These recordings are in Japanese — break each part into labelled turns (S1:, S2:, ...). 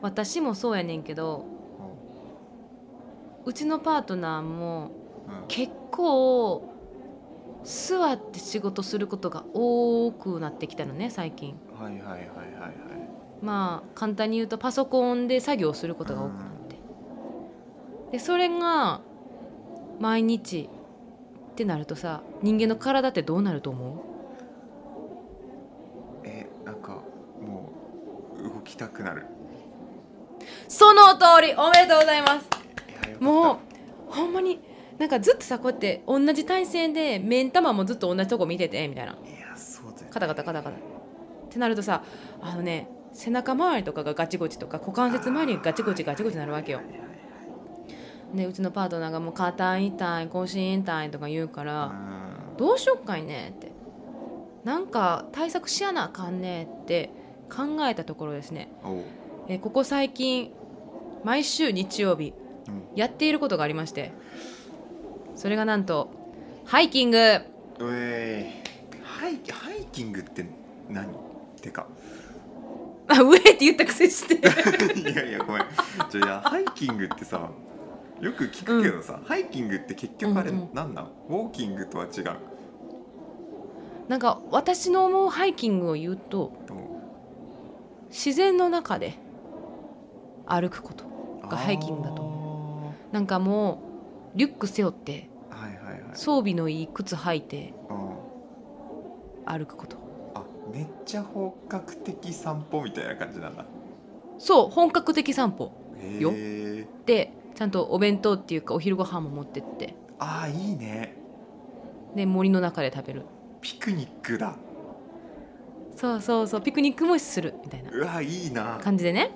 S1: 私もそうやねんけどうちのパートナーも
S2: うん
S1: 結構座って仕事することが多くなってきたのね最近
S2: はいはいはいはいはい
S1: まあ簡単に言うとパソコンで作業することが多くなってでそれが毎日ってなるとさ人間の体ってどうなると思
S2: えなんかもう動きたくなる
S1: うその通りおめでとうございます
S2: いやよかった
S1: もうほんまになんかずっとさこうやって同じ体勢で目ん玉もずっと同じとこ見ててみたいない
S2: やそうだよ
S1: カタカタカタカタってなるとさあのね背中周りとかがガチゴチとか股関節周りがガチゴチガチゴチなるわけよ
S2: はいはいはい
S1: でうちのパートナーがもう肩痛い腰痛いとか言うから
S2: う
S1: どうしよっかいねってなんか対策しやなあかんねって考えたところですね
S2: んおう
S1: えここ最近毎週日曜日
S2: うん
S1: やっていることがありましてそれがなんとハイキング
S2: うえーハイハイキングって何てか
S1: あ上って言ったくせして
S2: いやいやごめんじゃあいやハイキングってさよく聞くけどさ、ハイキングって結局あれ
S1: うんうん
S2: なんなん、ウォーキングとは違う
S1: なんか私の思うハイキングを言うと
S2: お
S1: 自然の中で歩くこと
S2: う
S1: がハイキングだと
S2: 思
S1: なんかもうリュック背負って
S2: はいはいはい
S1: 装備のいい靴履いて
S2: うん
S1: 歩くこと
S2: あめっちゃ本格的散歩みたいな感じなんだ
S1: そう本格的散歩
S2: へ
S1: よ
S2: え
S1: でちゃんとお弁当っていうかお昼ご飯も持ってって
S2: あーいいね
S1: で森の中で食べる
S2: ピクニックだ
S1: そうそうそうピクニックもするみたいな
S2: うわいいな
S1: 感じでね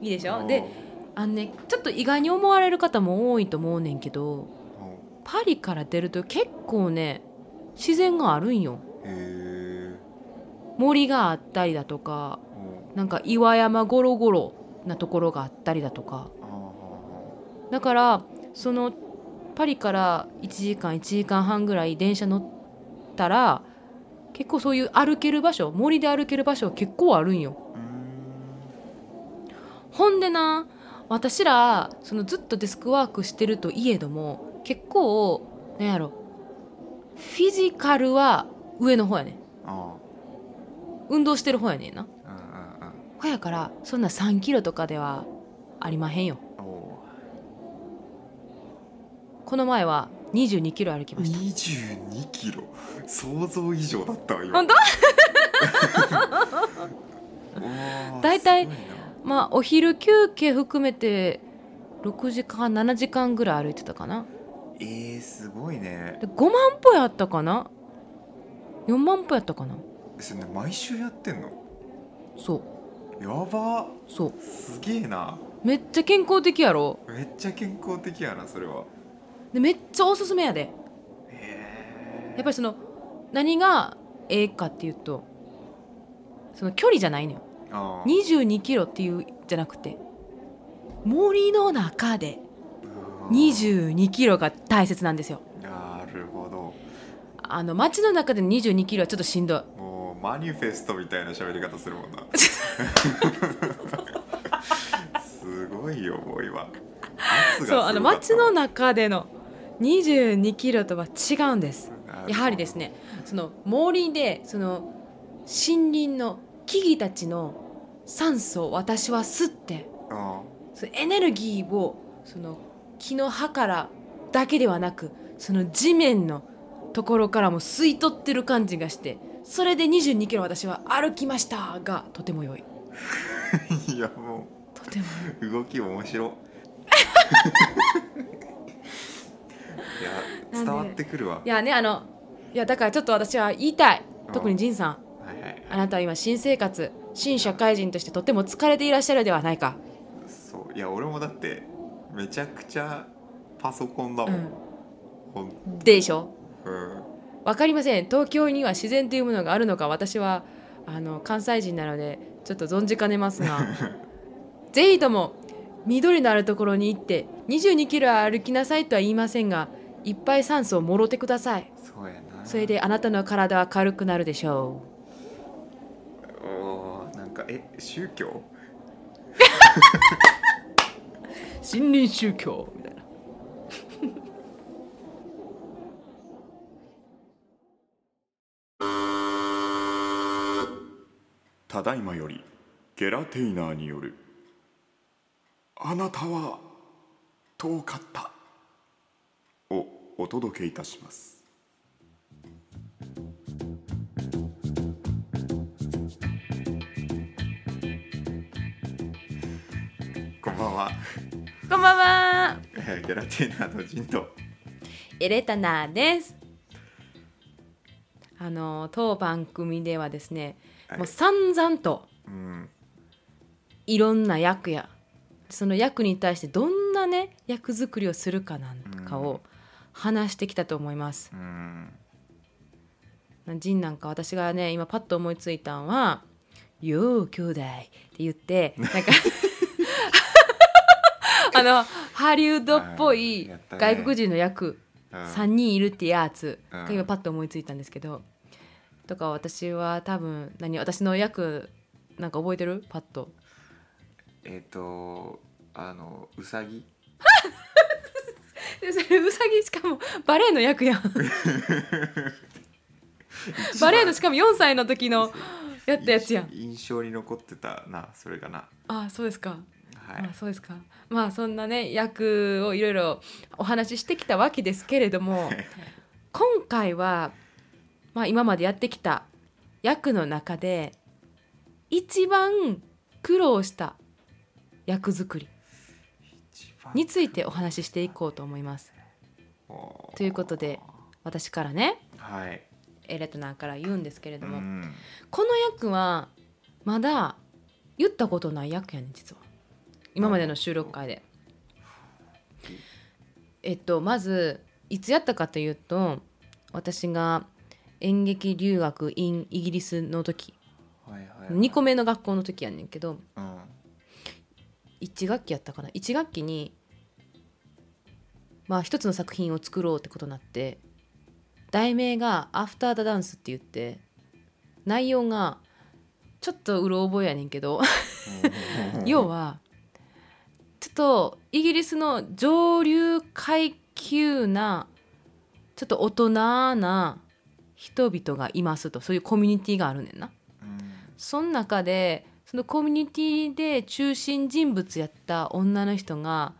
S1: いいでしょで
S2: お
S1: あのねちょっと意外に思われる方も多いと思うねんけど
S2: うおう
S1: パリから出ると結構ね自然があるんよ
S2: へえ
S1: 森があったりだとかなんか岩山ゴロゴロなところがあったりだとか
S2: あーは
S1: だからそのパリから1時間1時間半ぐらい電車乗ったら結構そういう歩ける場所森で歩ける場所結構あるんよ
S2: ーはーうーん
S1: ほんでな私らそのずっとデスクワークしてるといえども結構なんやろフィジカルは上の方やね
S2: あ
S1: 運動してる方やねんな
S2: ーうん
S1: ほやからそんな3キロとかではありまへんよ
S2: うんうんお
S1: この前は2 2キロ歩きました
S2: 二十二キロ想像以上だったわ今
S1: 本当
S2: おー
S1: 大体
S2: すごいな
S1: まあお昼休憩含めて6時間7時間ぐらい歩いてたかな
S2: えー、すごいね
S1: で5万歩やったかな4万歩やったかな
S2: それね毎週やってんの
S1: そう
S2: やば
S1: そう
S2: すげえな
S1: めっちゃ健康的やろ
S2: めっちゃ健康的やなそれは
S1: でめっちゃおすすめやで
S2: へ
S1: やっぱりその何がええかっていうとその距離じゃないのよ
S2: りあー
S1: 2 2キロっていうじゃなくて森の中で
S2: あー
S1: 2 2キロが大切なんですよ
S2: なるほど
S1: あの街の中で2 2キロはちょっとしんどい
S2: もうマニフェストみたいな喋り方するもんなすごいよもう今圧がすごかった
S1: そうあの街の中での2 2キロとは違うんですやはりですねその森でその森林の木々たちの酸素を私は吸って
S2: あ
S1: そのエネルギーをその木の葉からだけではなくその地面のところからも吸い取ってる感じがしてそれで2 2キロ私は歩きましたがとても良い
S2: いやも
S1: とても良いう
S2: 動き 面白い
S1: な
S2: や
S1: んで
S2: 伝わってくるわ
S1: いやねあのいやだからちょっと私は言いたい
S2: うん
S1: 特に仁さん
S2: はいはい
S1: あなたは今新生活新社会人としてとても疲れていらっしゃるではないか、
S2: そういや俺もだってめちゃくちゃパソコンだ
S1: う
S2: もん、
S1: ん、
S2: ほん
S1: でしょ
S2: うん
S1: わかりません東京には自然というものがあるのか私はあの関西人なのでちょっと存じかねます がぜひとも緑のあるところに行って2 2キロ歩きなさいとは言いませんがいっぱい酸素をもろてください
S2: そうやな
S1: それであなたの体は軽くなるでしょう
S2: おーなんかえ宗教
S1: 森林宗教みたいな
S3: ただいまよりゲラテイナーによるあなたは遠かったをお届けいたしますこんばんは、
S1: こんばんは
S3: えーゲラテイナーのジンと
S1: エレタナですあの当番組ではですね、
S3: はい
S1: もう散々と
S3: うん
S1: いろんな役やその役に対してどんなね役作りをするかなんかを話してきたと思います
S3: う。ん
S1: ジンなんか私がね今パッと思いついたんは「よう兄弟」って言ってなん かあのハリウッドっぽい
S3: あーやったね
S1: 外国人の役
S3: うん
S1: 3人いるってやつが
S3: うん
S1: 今パッと思いついたんですけどとか私は多分何私の役なんか覚えてるパッと
S3: えっ、とあのうさぎ
S1: でそれウサギしかもバレエの役 やんバレエのしかも4歳の時のやったやつやん
S3: 印印象に残ってたなそれかな
S1: あそうですか、
S3: はい、
S1: まあそうですかまあそんなね役をいろいろお話ししてきたわけですけれども今回は、まあ、今までやってきた役の中で一番苦労した役作り
S3: 一番
S1: についてお話ししていこうと思います。
S3: おー
S1: ということで私からね
S3: はい、
S1: エレトナーから言うんですけれ
S3: う
S1: ども、
S3: ん、
S1: この役はまだ言ったことない役やねん実は今までの収録会でえっとまずいつやったかというと私が演劇留学 in イギリスの時
S3: はいはいはい
S1: 2個目の学校の時やねんけど
S3: うん
S1: 1学期やったかな1学期にまあ一つの作品を作ろうってことになって題名が「アフター・ダ・ダンス」って言って内容がちょっとうろ覚えやねんけど 要はちょっとイギリスの上流階級なちょっと大人な人々がいますとそういうコミュニティがあるねんな。
S3: うん
S1: その中でそのコミュニティで中心人物やった女の人が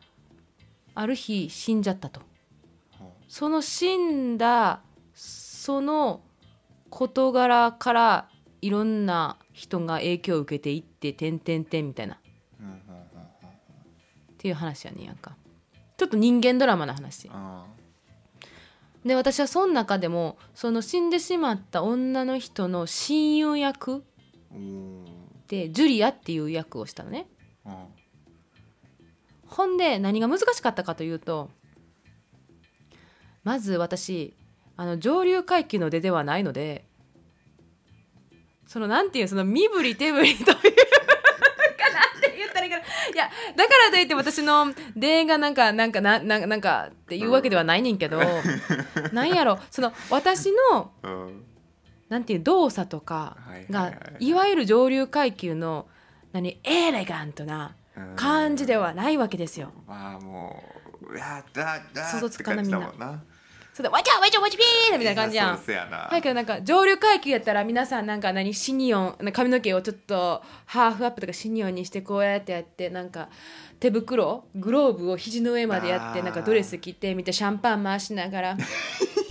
S1: ある日死んじゃったと。その死んだその事柄からいろんな人が影響を受けていって点々点みたいな
S3: うんうんうんうん
S1: っていう話やねんやんかちょっと人間ドラマの話
S3: あ
S1: で私はその中でもその死んでしまった女の人の親友役
S3: ーうん
S1: でジュリアっていう役をしたのね
S3: うん
S1: ほんで何が難しかったかというとまず私あの上流階級の出ではないのでそのなんていうその身振り手振りというなんかなんて言ったらいいかないやだからといって私の出がなんかなんかななんなんかっていうわけではないねんけどなんやろその私の
S3: うん
S1: なんていう動作とか
S3: はい
S1: が
S3: はいはい
S1: いわゆる上流階級の何エレガントな
S3: うん
S1: 感じではないわけですよ。
S3: まあもうやだだ
S1: 想像つかない
S3: って感じだもんな
S1: そうだ、わちゃわちゃわちゃピーみたいな感じや
S3: い
S1: ん
S3: そう。せやな
S1: はい、けどなんか上流階級やったら皆さんなんか何シニオンな髪の毛をちょっとハーフアップとかシニオンにしてこうやってやってなんか手袋グローブを肘の上までやって
S3: あー
S1: なんかドレス着てみてシャンパン回しながら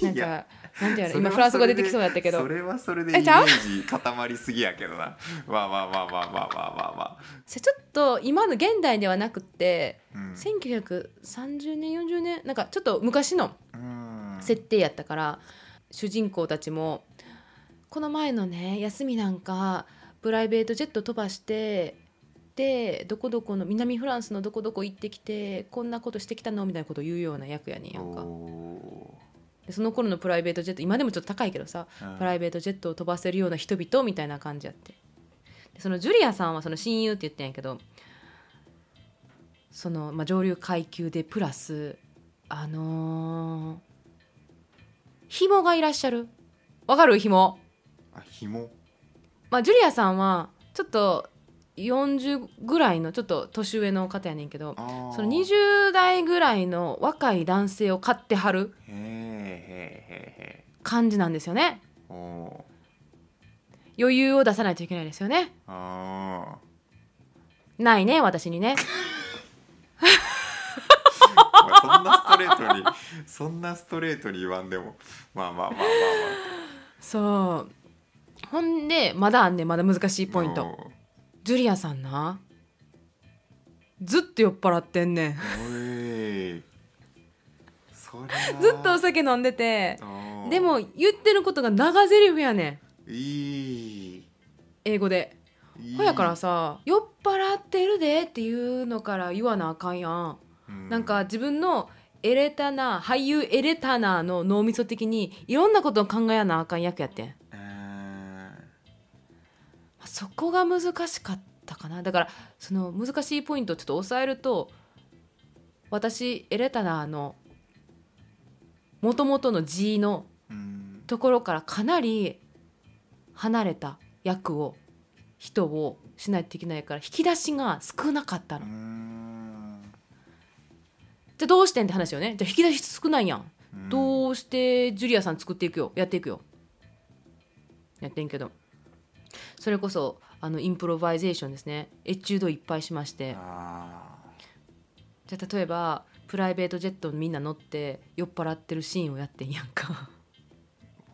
S1: な ん
S3: いや
S1: かなんていうの
S3: それはそれで
S1: 今フランス語出てきそうだったけ
S3: そ
S1: ど
S3: れはそれでイメ
S1: えちゃう
S3: ージ固まりすぎやけどなまあまあまあまあまあまあまあまあ
S1: それちょっと今の現代ではなくって
S3: うん
S1: 1930年40年なんかちょっと昔の
S3: うん
S1: 設定やったから主人公たちもこの前のね休みなんかプライベートジェット飛ばしてでどこどこの南フランスのどこどこ行ってきてこんなことしてきたのみたいなことを言うような役やねんやんか
S3: お
S1: でその頃のプライベートジェット今でもちょっと高いけどさ
S3: ーうん
S1: プライベートジェットを飛ばせるような人々みたいな感じやってでそのジュリアさんはその親友って言ってんやけどその、まあ、上流階級でプラスあのー、紐がいらっしゃるわかる紐
S3: あ紐
S1: まあジュリアさんはちょっと40ぐらいのちょっと年上の方やねんけど
S2: あ
S1: その20代ぐらいの若い男性を買ってはる
S2: へえへえへ
S1: 感じなんですよね
S2: えおー
S1: 余裕を出さないといけないですよね
S2: あ
S1: ないね私にね
S2: ーそんなストレートに そんなストレートに言わんでもまあまあまあまあ、ま
S1: そうほんでまだあんねんまだ難しい
S2: あ、
S1: ポイント
S2: お
S1: ジュリアさんなずっと酔っ払ってんねん
S2: ーおいそりゃ
S1: ずっとお酒飲んでて
S2: おー
S1: でも言ってることが長ゼリフやねん
S2: いい
S1: 英語で
S2: いい
S1: ほやからさ「酔っ払ってるで」っていうのから言わなあかんやん
S2: う
S1: なんか自分のエレタナ俳優エレタナの脳みそ的にいろんなことを考えなあかん役やってん
S2: うーん
S1: そこが難しかったかなだからその難しいポイントをちょっと抑えると私エレタナのもともとの G の
S2: うん
S1: ところからかなり離れた役を人をしないといけないから引き出しが少なかった
S2: うー
S1: の。
S2: ん
S1: じゃあどうしてんって話よねじゃあ引き出し少ないやん
S2: うん
S1: どうしてジュリアさん作っていくよやっていくよやってんけどそれこそあのインプロバイゼーションですねエチュードいっぱいしまして
S2: あ
S1: じゃあ例えばプライベートジェットにみんな乗って酔っ払ってるシーンをやってんやんか だか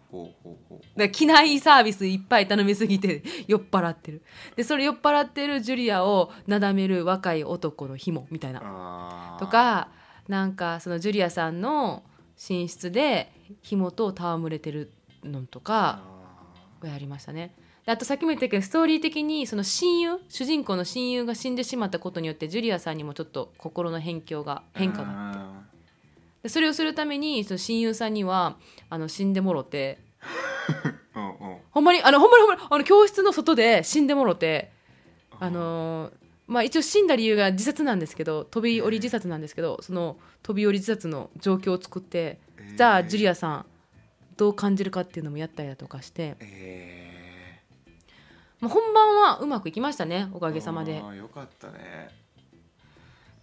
S2: ーほうほうほう
S1: ら機内サービスいっぱい頼みすぎて 酔っ払ってるでそれ酔っ払ってるジュリアをなだめる若い男の紐みたいな
S2: あー
S1: とかなんかそのジュリアさんの寝室で紐と戯れてるのとかをやりましたね。であとさっきも言ったけどストーリー的にその親友主人公の親友が死んでしまったことによってジュリアさんにもちょっと心の辺境が変化が
S2: が
S1: でそれをするためにその親友さんにはあの死んでもろて
S2: うんうん
S1: ほんまにあのほんまにほんまにあの教室の外で死んでもろてあのーまあ一応死んだ理由が自殺なんですけど飛び降り自殺なんですけどその飛び降り自殺の状況を作ってじゃあジュリ
S2: ア
S1: アさんどう感じるかっていうのもやったりだとかして、
S2: えー
S1: まあ、本番はうまくいきましたねおかげさまで
S2: あーよかったね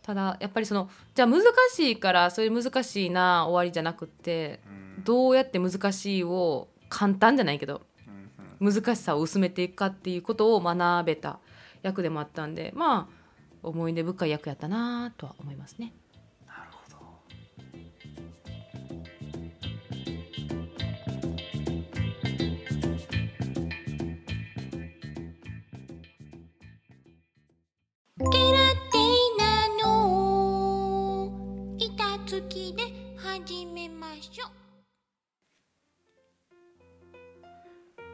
S1: ただやっぱりそのじゃあ難しいからそういう難しいな終わりじゃなくって
S2: うん
S1: どうやって難しいを簡単じゃないけど
S2: うんうん
S1: 難しさを薄めていくかっていうことを学べた役でもあったんでまあ思い出深い役やったなとは思いますね。
S2: なるほど
S4: ていなの板付きで始めましょう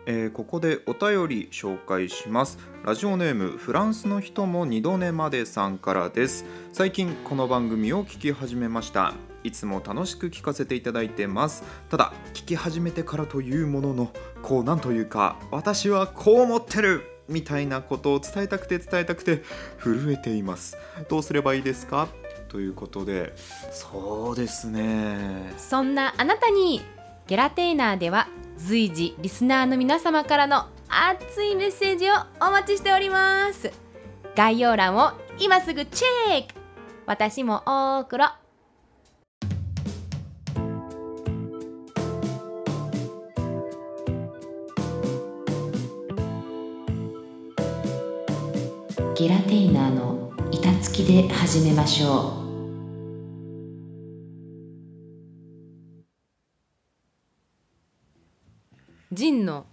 S2: えーここでお便り紹介しますラジオネームフランスの人も二度寝までさんからです最近この番組を聞き始めましたいつも楽しく聞かせていただいてますただ聞き始めてからというもののこうなんというか私はこう思ってるみたいなことを伝えたくて伝えたくて震えていますどうすればいいですかということでそうですね
S1: そんなあなたにゲラテイナーでは随時リスナーの皆様からの熱いメッセージをお待ちしております概要欄を今すぐチェック私も大黒
S5: ゲラテイナーの板付きで始めましょう。
S1: ジンの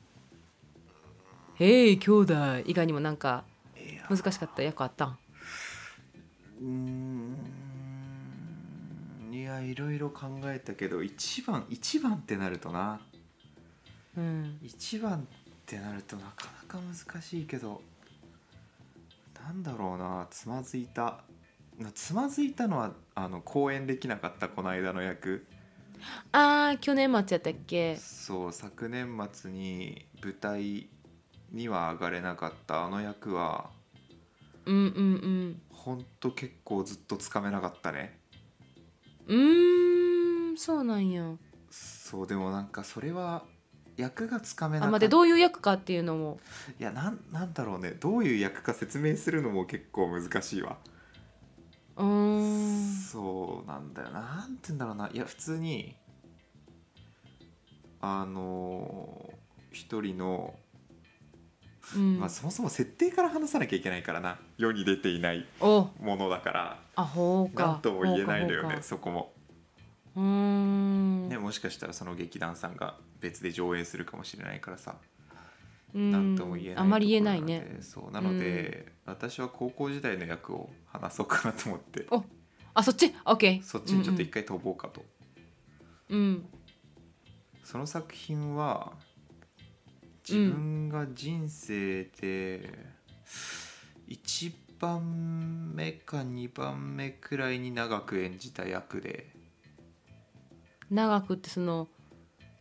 S1: 「へい兄弟」以外にもなんか難しかった役あったん
S2: うーんいやいろいろ考えたけど一番一番ってなるとな
S1: うん
S2: 一番ってなるとなかなか難しいけどなんだろうなつまずいたなつまずいたのはあの公演できなかったこの間の役
S1: あー去年末やったっけ
S2: そう昨年末に舞台には上がれなかったあの役は
S1: うんうん
S2: ほんと結構ずっとつかめなかったね
S1: うんうーんそうなんや
S2: そうでもなんかそれは役がつかめな
S1: あ
S2: か
S1: ま
S2: っ
S1: で
S2: た
S1: どういう役かっていうのも
S2: いやなんなんだろうねどういう役か説明するのも結構難しいわ
S1: うーん
S2: そうなんだよななんて言うんだろうないや普通にあのー一人の、
S1: うん、
S2: まあ、そもそも設定から話さなきゃいけないからな世に出ていない
S1: お
S2: ものだから
S1: あほうか
S2: 何とも言えないの
S1: ほうか
S2: よ
S1: ほう
S2: ね
S1: か
S2: そこも、
S1: うーん
S2: ね、もしかしたらその劇団さんが別で上演するかもしれないからさ
S1: うん
S2: 何とも言えな
S1: あ
S2: い
S1: まり言えない
S2: とこ
S1: ね
S2: ろでそうなので、私は高校時代の役を話そうかなと思って
S1: あそっちオッケー
S2: そっちにちょっと一回飛ぼうかと、
S1: うんうん
S2: その作品は自分が人生で1番目か2番目くらいに長く演じた役で
S1: 長くってその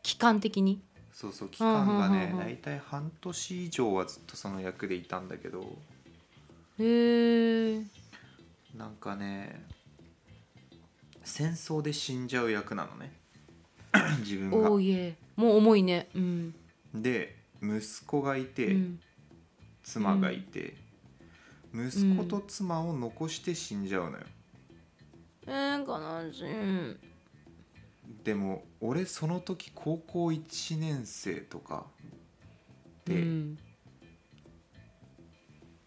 S1: 期間的に
S2: そうそう期間が
S1: うんうん
S2: ね
S1: うんうん
S2: 大体半年以上はずっとその役でいたんだけど
S1: へえ
S2: なんかね戦争で死んじゃう役な のね自分
S1: おお
S2: が。
S1: いえもう重いねうん、
S2: で息子がいうて
S1: ん、
S2: 妻がいて、息子と妻を残して死んじゃうのよ。
S1: えー、悲しい
S2: でも俺その時高校1年生とかで、
S1: うん、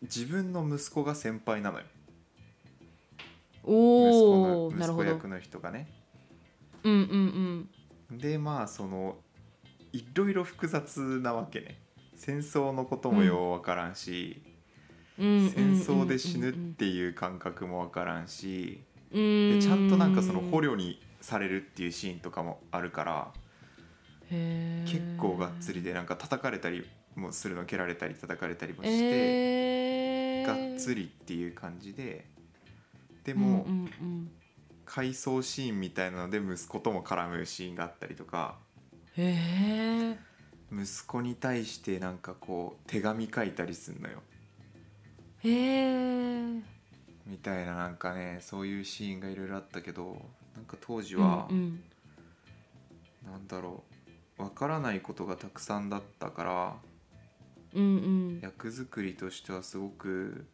S2: 自分の息子が先輩なのよ息
S1: お
S2: 子
S1: お
S2: の
S1: な
S2: 息
S1: るほ
S2: 子
S1: ど
S2: 役の人がね
S1: うんうん
S2: でまあそのいろいろ複雑なわけね戦争のこともようわからんし、
S1: うんうん
S2: 戦争で死ぬっ
S1: うん
S2: ていう感覚もわからん
S1: うんうんう
S2: し、
S1: ん
S2: でちゃんとなんかその捕虜にされるっていうシーンとかもあるから
S1: へー
S2: 結構がっつりでなんか叩かれたりもするの蹴られたり叩かれたりもして。
S1: え
S2: がっつ
S1: り
S2: りっていう感じででも、
S1: うんうん
S2: 回想シーンみたいなので息子とも絡むシーンがあったりとか
S1: うん、へえ
S2: 息子に対してなんかこう手紙書いたりすんのよ
S1: へえ
S2: みたいななんかねそういうシーンがいろいろあったけどなんか当時は、
S1: うん
S2: なんだろうわからないことがたくさんだったから
S1: うんうん
S2: 役作りとしてはすごく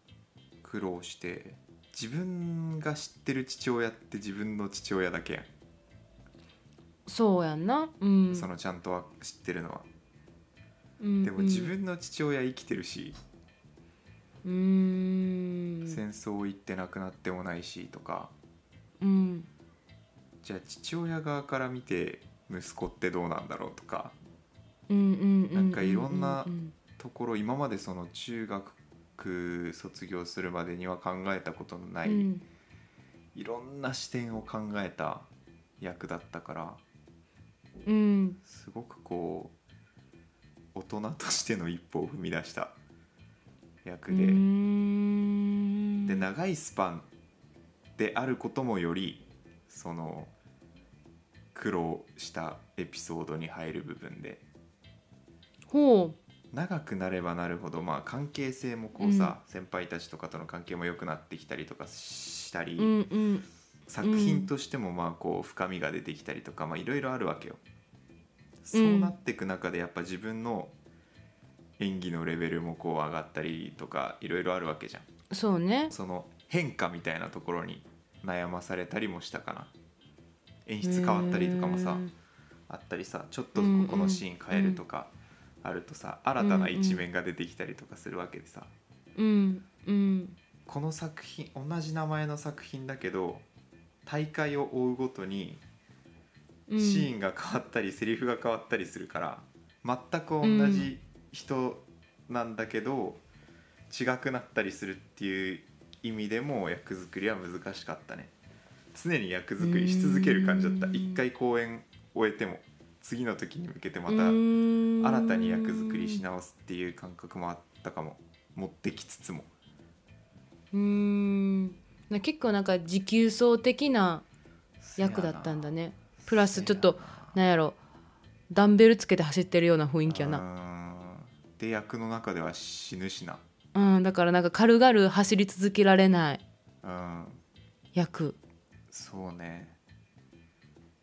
S2: 苦労して自分が知ってる父親って自分の父親だけやん
S1: そうやんなうん
S2: そのちゃんとは知ってるのは。
S1: で
S2: でも自分の父親生きてるし、
S1: うん
S2: 戦争行って亡くなってもないしとか
S1: うん
S2: じゃあ父親側から見て息子ってどうなんだろうとか
S1: うんうんうう
S2: なんかいろんな
S1: うん
S2: ところ今までその中学卒業するまでには考えたことのな
S1: う
S2: い、
S1: ん
S2: いろんな視点を考えた役だったから
S1: うん
S2: すごくこう大人としての一歩を踏み出した役で。
S1: うん
S2: で長いスパンであることもよりその苦労したエピソードに入る部分で
S1: ほ
S2: 長くなればなるほど、まあ、関係性もこうさ、先輩たちとかとの関係も良くなってきたりとかしたり、
S1: ううんうん
S2: 作品としてもまあこう深みが出てきたりとかまあいろいろあるわけよ。そうなっていく中でやっぱ自分の演技のレベルもこう上がったりとかいろいろあるわけじゃん。
S1: そうね
S2: その変化みたいなところに悩まされたりもしたかな演出変わったりとかもさ
S1: うん
S2: あったりさちょっとここのシーン変えるとかあるとさ新たな一面が出てきたりとかするわけでさ
S1: うんうん
S2: この作品同じ名前の作品だけど大会を追うごとに
S1: う
S2: シ
S1: ん
S2: ーンが変わったりセリフが変わったりするから全く同じ人なんだけど違くなったりするっていう意味でも役作りは難しかったね常に役作りし続ける感じだった
S1: うん
S2: 一回公演終えても次の時に向けてま
S1: う
S2: た新
S1: ーん
S2: たに役作りし直すっていう感覚もあったかも持ってきつつも
S1: うーんな結構なんか持久走的な役だったんだねプラスちょっとなんやろダンベルつけて走ってるような雰囲気やな
S2: なで役の中では死ぬしな
S1: うんだからなんか軽々走り続けられない
S2: うん
S1: 役
S2: そうね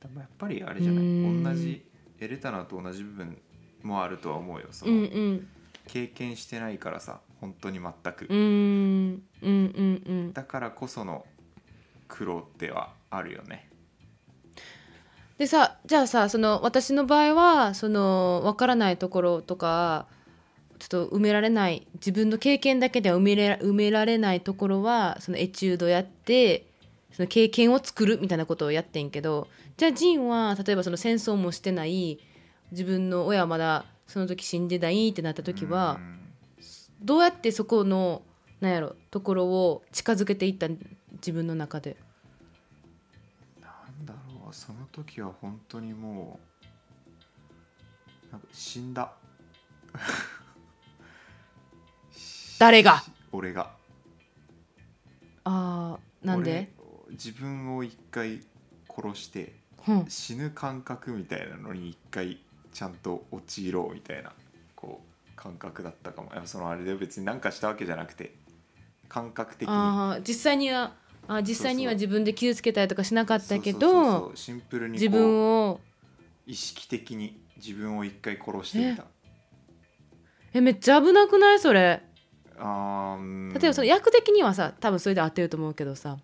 S2: でもやっぱりあれじゃな
S1: うーん
S2: い同じエレタナと同じ部分もあるとは思うよその、
S1: うんうん
S2: 経験してないからさ本当に全く、
S1: うーんうんうんうん
S2: だからこその苦労ってはあるよね
S1: でさじゃあさその私の場合はその分からないところとかちょっと埋められない自分の経験だけでは埋めれ埋められないところはそのエチュードやってその経験を作るみたいなことをやってんけどじゃあジンは例えばその戦争もしてない自分の親はまだその時死んでないってなった時は
S2: うん
S1: どうやってそこのなんやろところを近づけていった自分の中で。
S2: なんだろうその時は本当にもうなんか死んだ
S1: 誰が
S2: 俺が
S1: あーなんで、
S2: 俺自分を一回殺して
S1: うん、
S2: 死ぬ感覚みたいなのに一回ちゃんと陥ろうみたいなこう感覚だったかもいやそのあれで別に何かしたわけじゃなくて感覚的に
S1: あー実際にはあ実際には
S2: そうそ
S1: 自分で傷つけたりとかしなかったけ
S2: そうそうそうそ
S1: ど
S2: うシンプルにこう
S1: 自分を
S2: 意識的に自分を一回殺してみた
S1: えめっちゃ危なくないそれ
S2: あーうん
S1: 例えばその役的にはさ多分それで当てると思うけどさ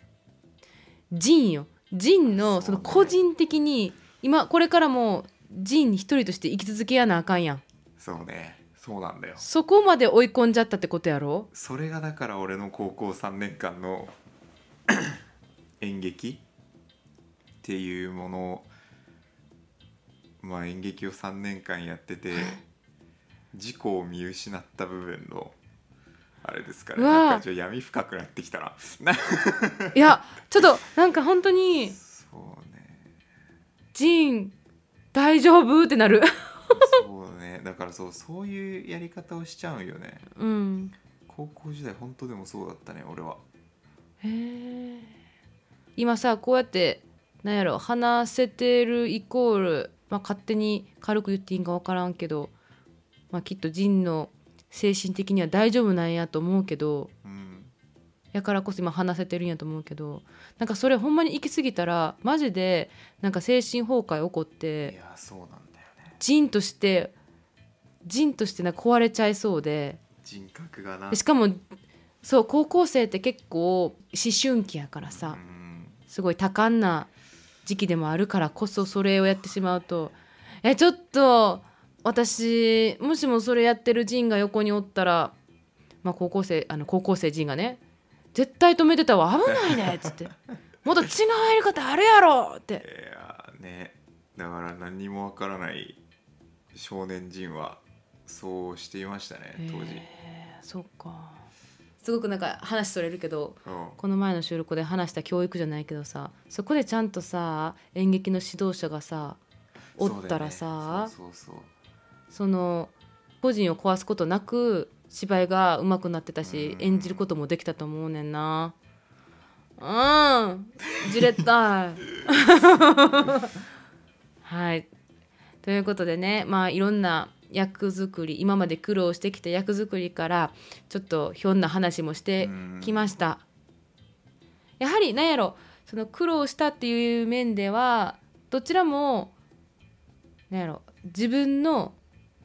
S1: ジンよジンのそ
S2: そうね
S1: の個人的に今これからもジン一人として生き続けやなあかんやん
S2: そうねそうなんだよ
S1: そこまで追い込んじゃったってことや ろ
S2: それがだから俺の高校3年間の演劇っていうものをまあ演劇を3年間やってて自己を見失った部分のあれですから
S1: うわー
S2: なんかちょっと闇深くなってきたなない
S1: やちょっとなんか本当に
S2: そうね
S1: ジン大丈夫ってなる
S2: そうねだからそうそういうやり方をしちゃうよね
S1: うん
S2: 高校時代本当でもそうだったね俺は
S1: へえ今さこうやってなんやろ話せてるイコール、まあ、勝手に軽く言っていいんか分からんけど、まあ、きっとジンの精神的には大丈夫なんやと思うけど
S2: うん
S1: やからこそ今話せてるんやと思うけどなんかそれほんまに行き過ぎたらマジでなんか精神崩壊起こっ
S2: い
S1: て
S2: やそうなんだよね
S1: ジンとしてジンとしてなんか壊れちゃいそうで。
S2: 人格がな
S1: でしかもそう高校生って結構思春期やからさ
S2: うん
S1: すごい多感な時期でもあるからこそそれをやってしまうとえちょっと私もしもそれやってるジンが横におったら、まあ、高校生あの高校生ジンがね絶対止めてたわ危ない ねっつってもっと違うやり方あるやろって
S2: いやーねだから何にもわからない少年陣はそうしていましたね当時、
S1: えーそうかすごくなんか話それるけど
S2: うん
S1: この前の収録で話した教育じゃないけどさそこでちゃんとさ演劇の指導者がさおったらさそ
S2: そうだよねそうそう
S1: の個人を壊すことなく芝居が上手くなってたし
S2: うん
S1: 演じることもできたと思うねんなうんじれったいはいということでねまあいろんな役作り今まで苦労してきた役作りからちょっとひょんな話もして
S2: うん
S1: きましたやはりなんやろその苦労したっていう面ではどちらもなんやろ自分の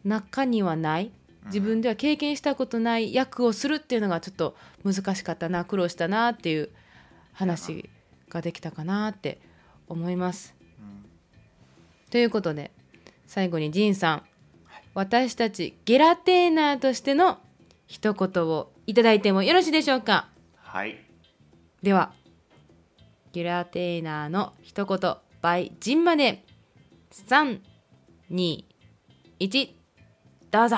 S1: 中にはない自分では経験したことない役をするっていうのがちょっと難しかったな苦労したなっていう話ができたかなって思います。ということで最後にジンさん私たちゲラテーナーとしての一言をいただいてもよろしいでしょうか
S2: はい
S1: ではゲラテーナーの一言 by ジンまで321どうぞ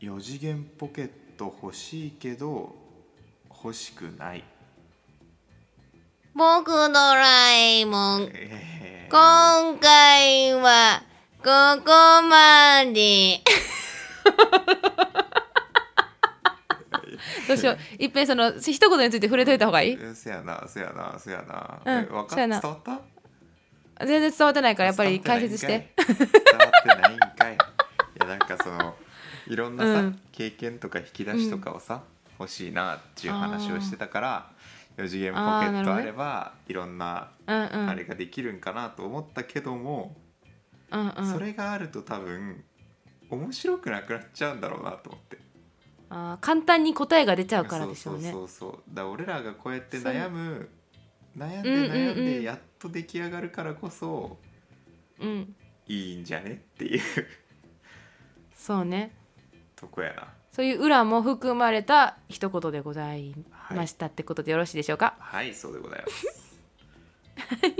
S2: 4次元ポケット欲しいけど欲しくない
S4: 僕ドラえもん。
S2: えー
S4: 今回はここまで。
S1: どうしよういっぺんその一言について触れといた方がいい
S2: えせやなせやなせやな、
S1: うん
S2: えわか
S1: せや
S2: 伝わ
S1: な
S2: った
S1: 全然伝わってないからやっぱり解説して
S2: 伝わってないんかい伝わってないんかいいやなんかそのいろんなさ、
S1: うん
S2: 経験とか引き出しとかをさ、欲しいなっていう話をしてたから4次元ポケ
S1: あーなるほ
S2: ット
S1: ど
S2: あ
S1: ね
S2: ればいろんな
S1: うんうん
S2: あれができるんかなと思ったけども、
S1: ううんうん
S2: それがあると多分面白くなくなっちゃうんだろうなと思って
S1: あー簡単に答えが出ちゃうからでしょうね
S2: そうそうそうそうだから俺らがこうやって
S1: そう
S2: 悩む悩んで
S1: うんうんうん
S2: 悩んでやっと出来上がるからこそ
S1: うん
S2: いいんじゃねっていう
S1: そうね
S2: とこやな
S1: そういう裏も含まれた一言でござい
S2: はい
S1: ましたってことでよろしいでしょうか、
S2: はいそうでございます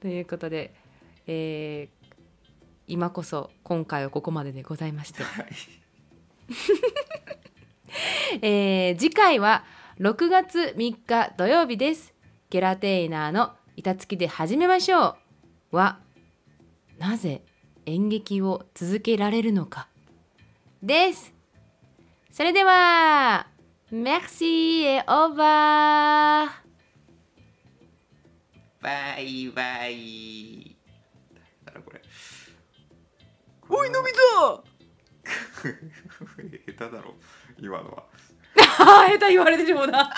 S1: ということで、えー今こそ今回はここまででございまして、
S2: はい
S1: えー次回は6月3日土曜日ですゲラテイナーの板付きで始めましょうはなぜ演劇を続けられるのかですそれでは Merci et au revoir
S2: バイバイだからこれおいのび 太下手だろ今のは
S1: ああ、下手言われてしもうだ。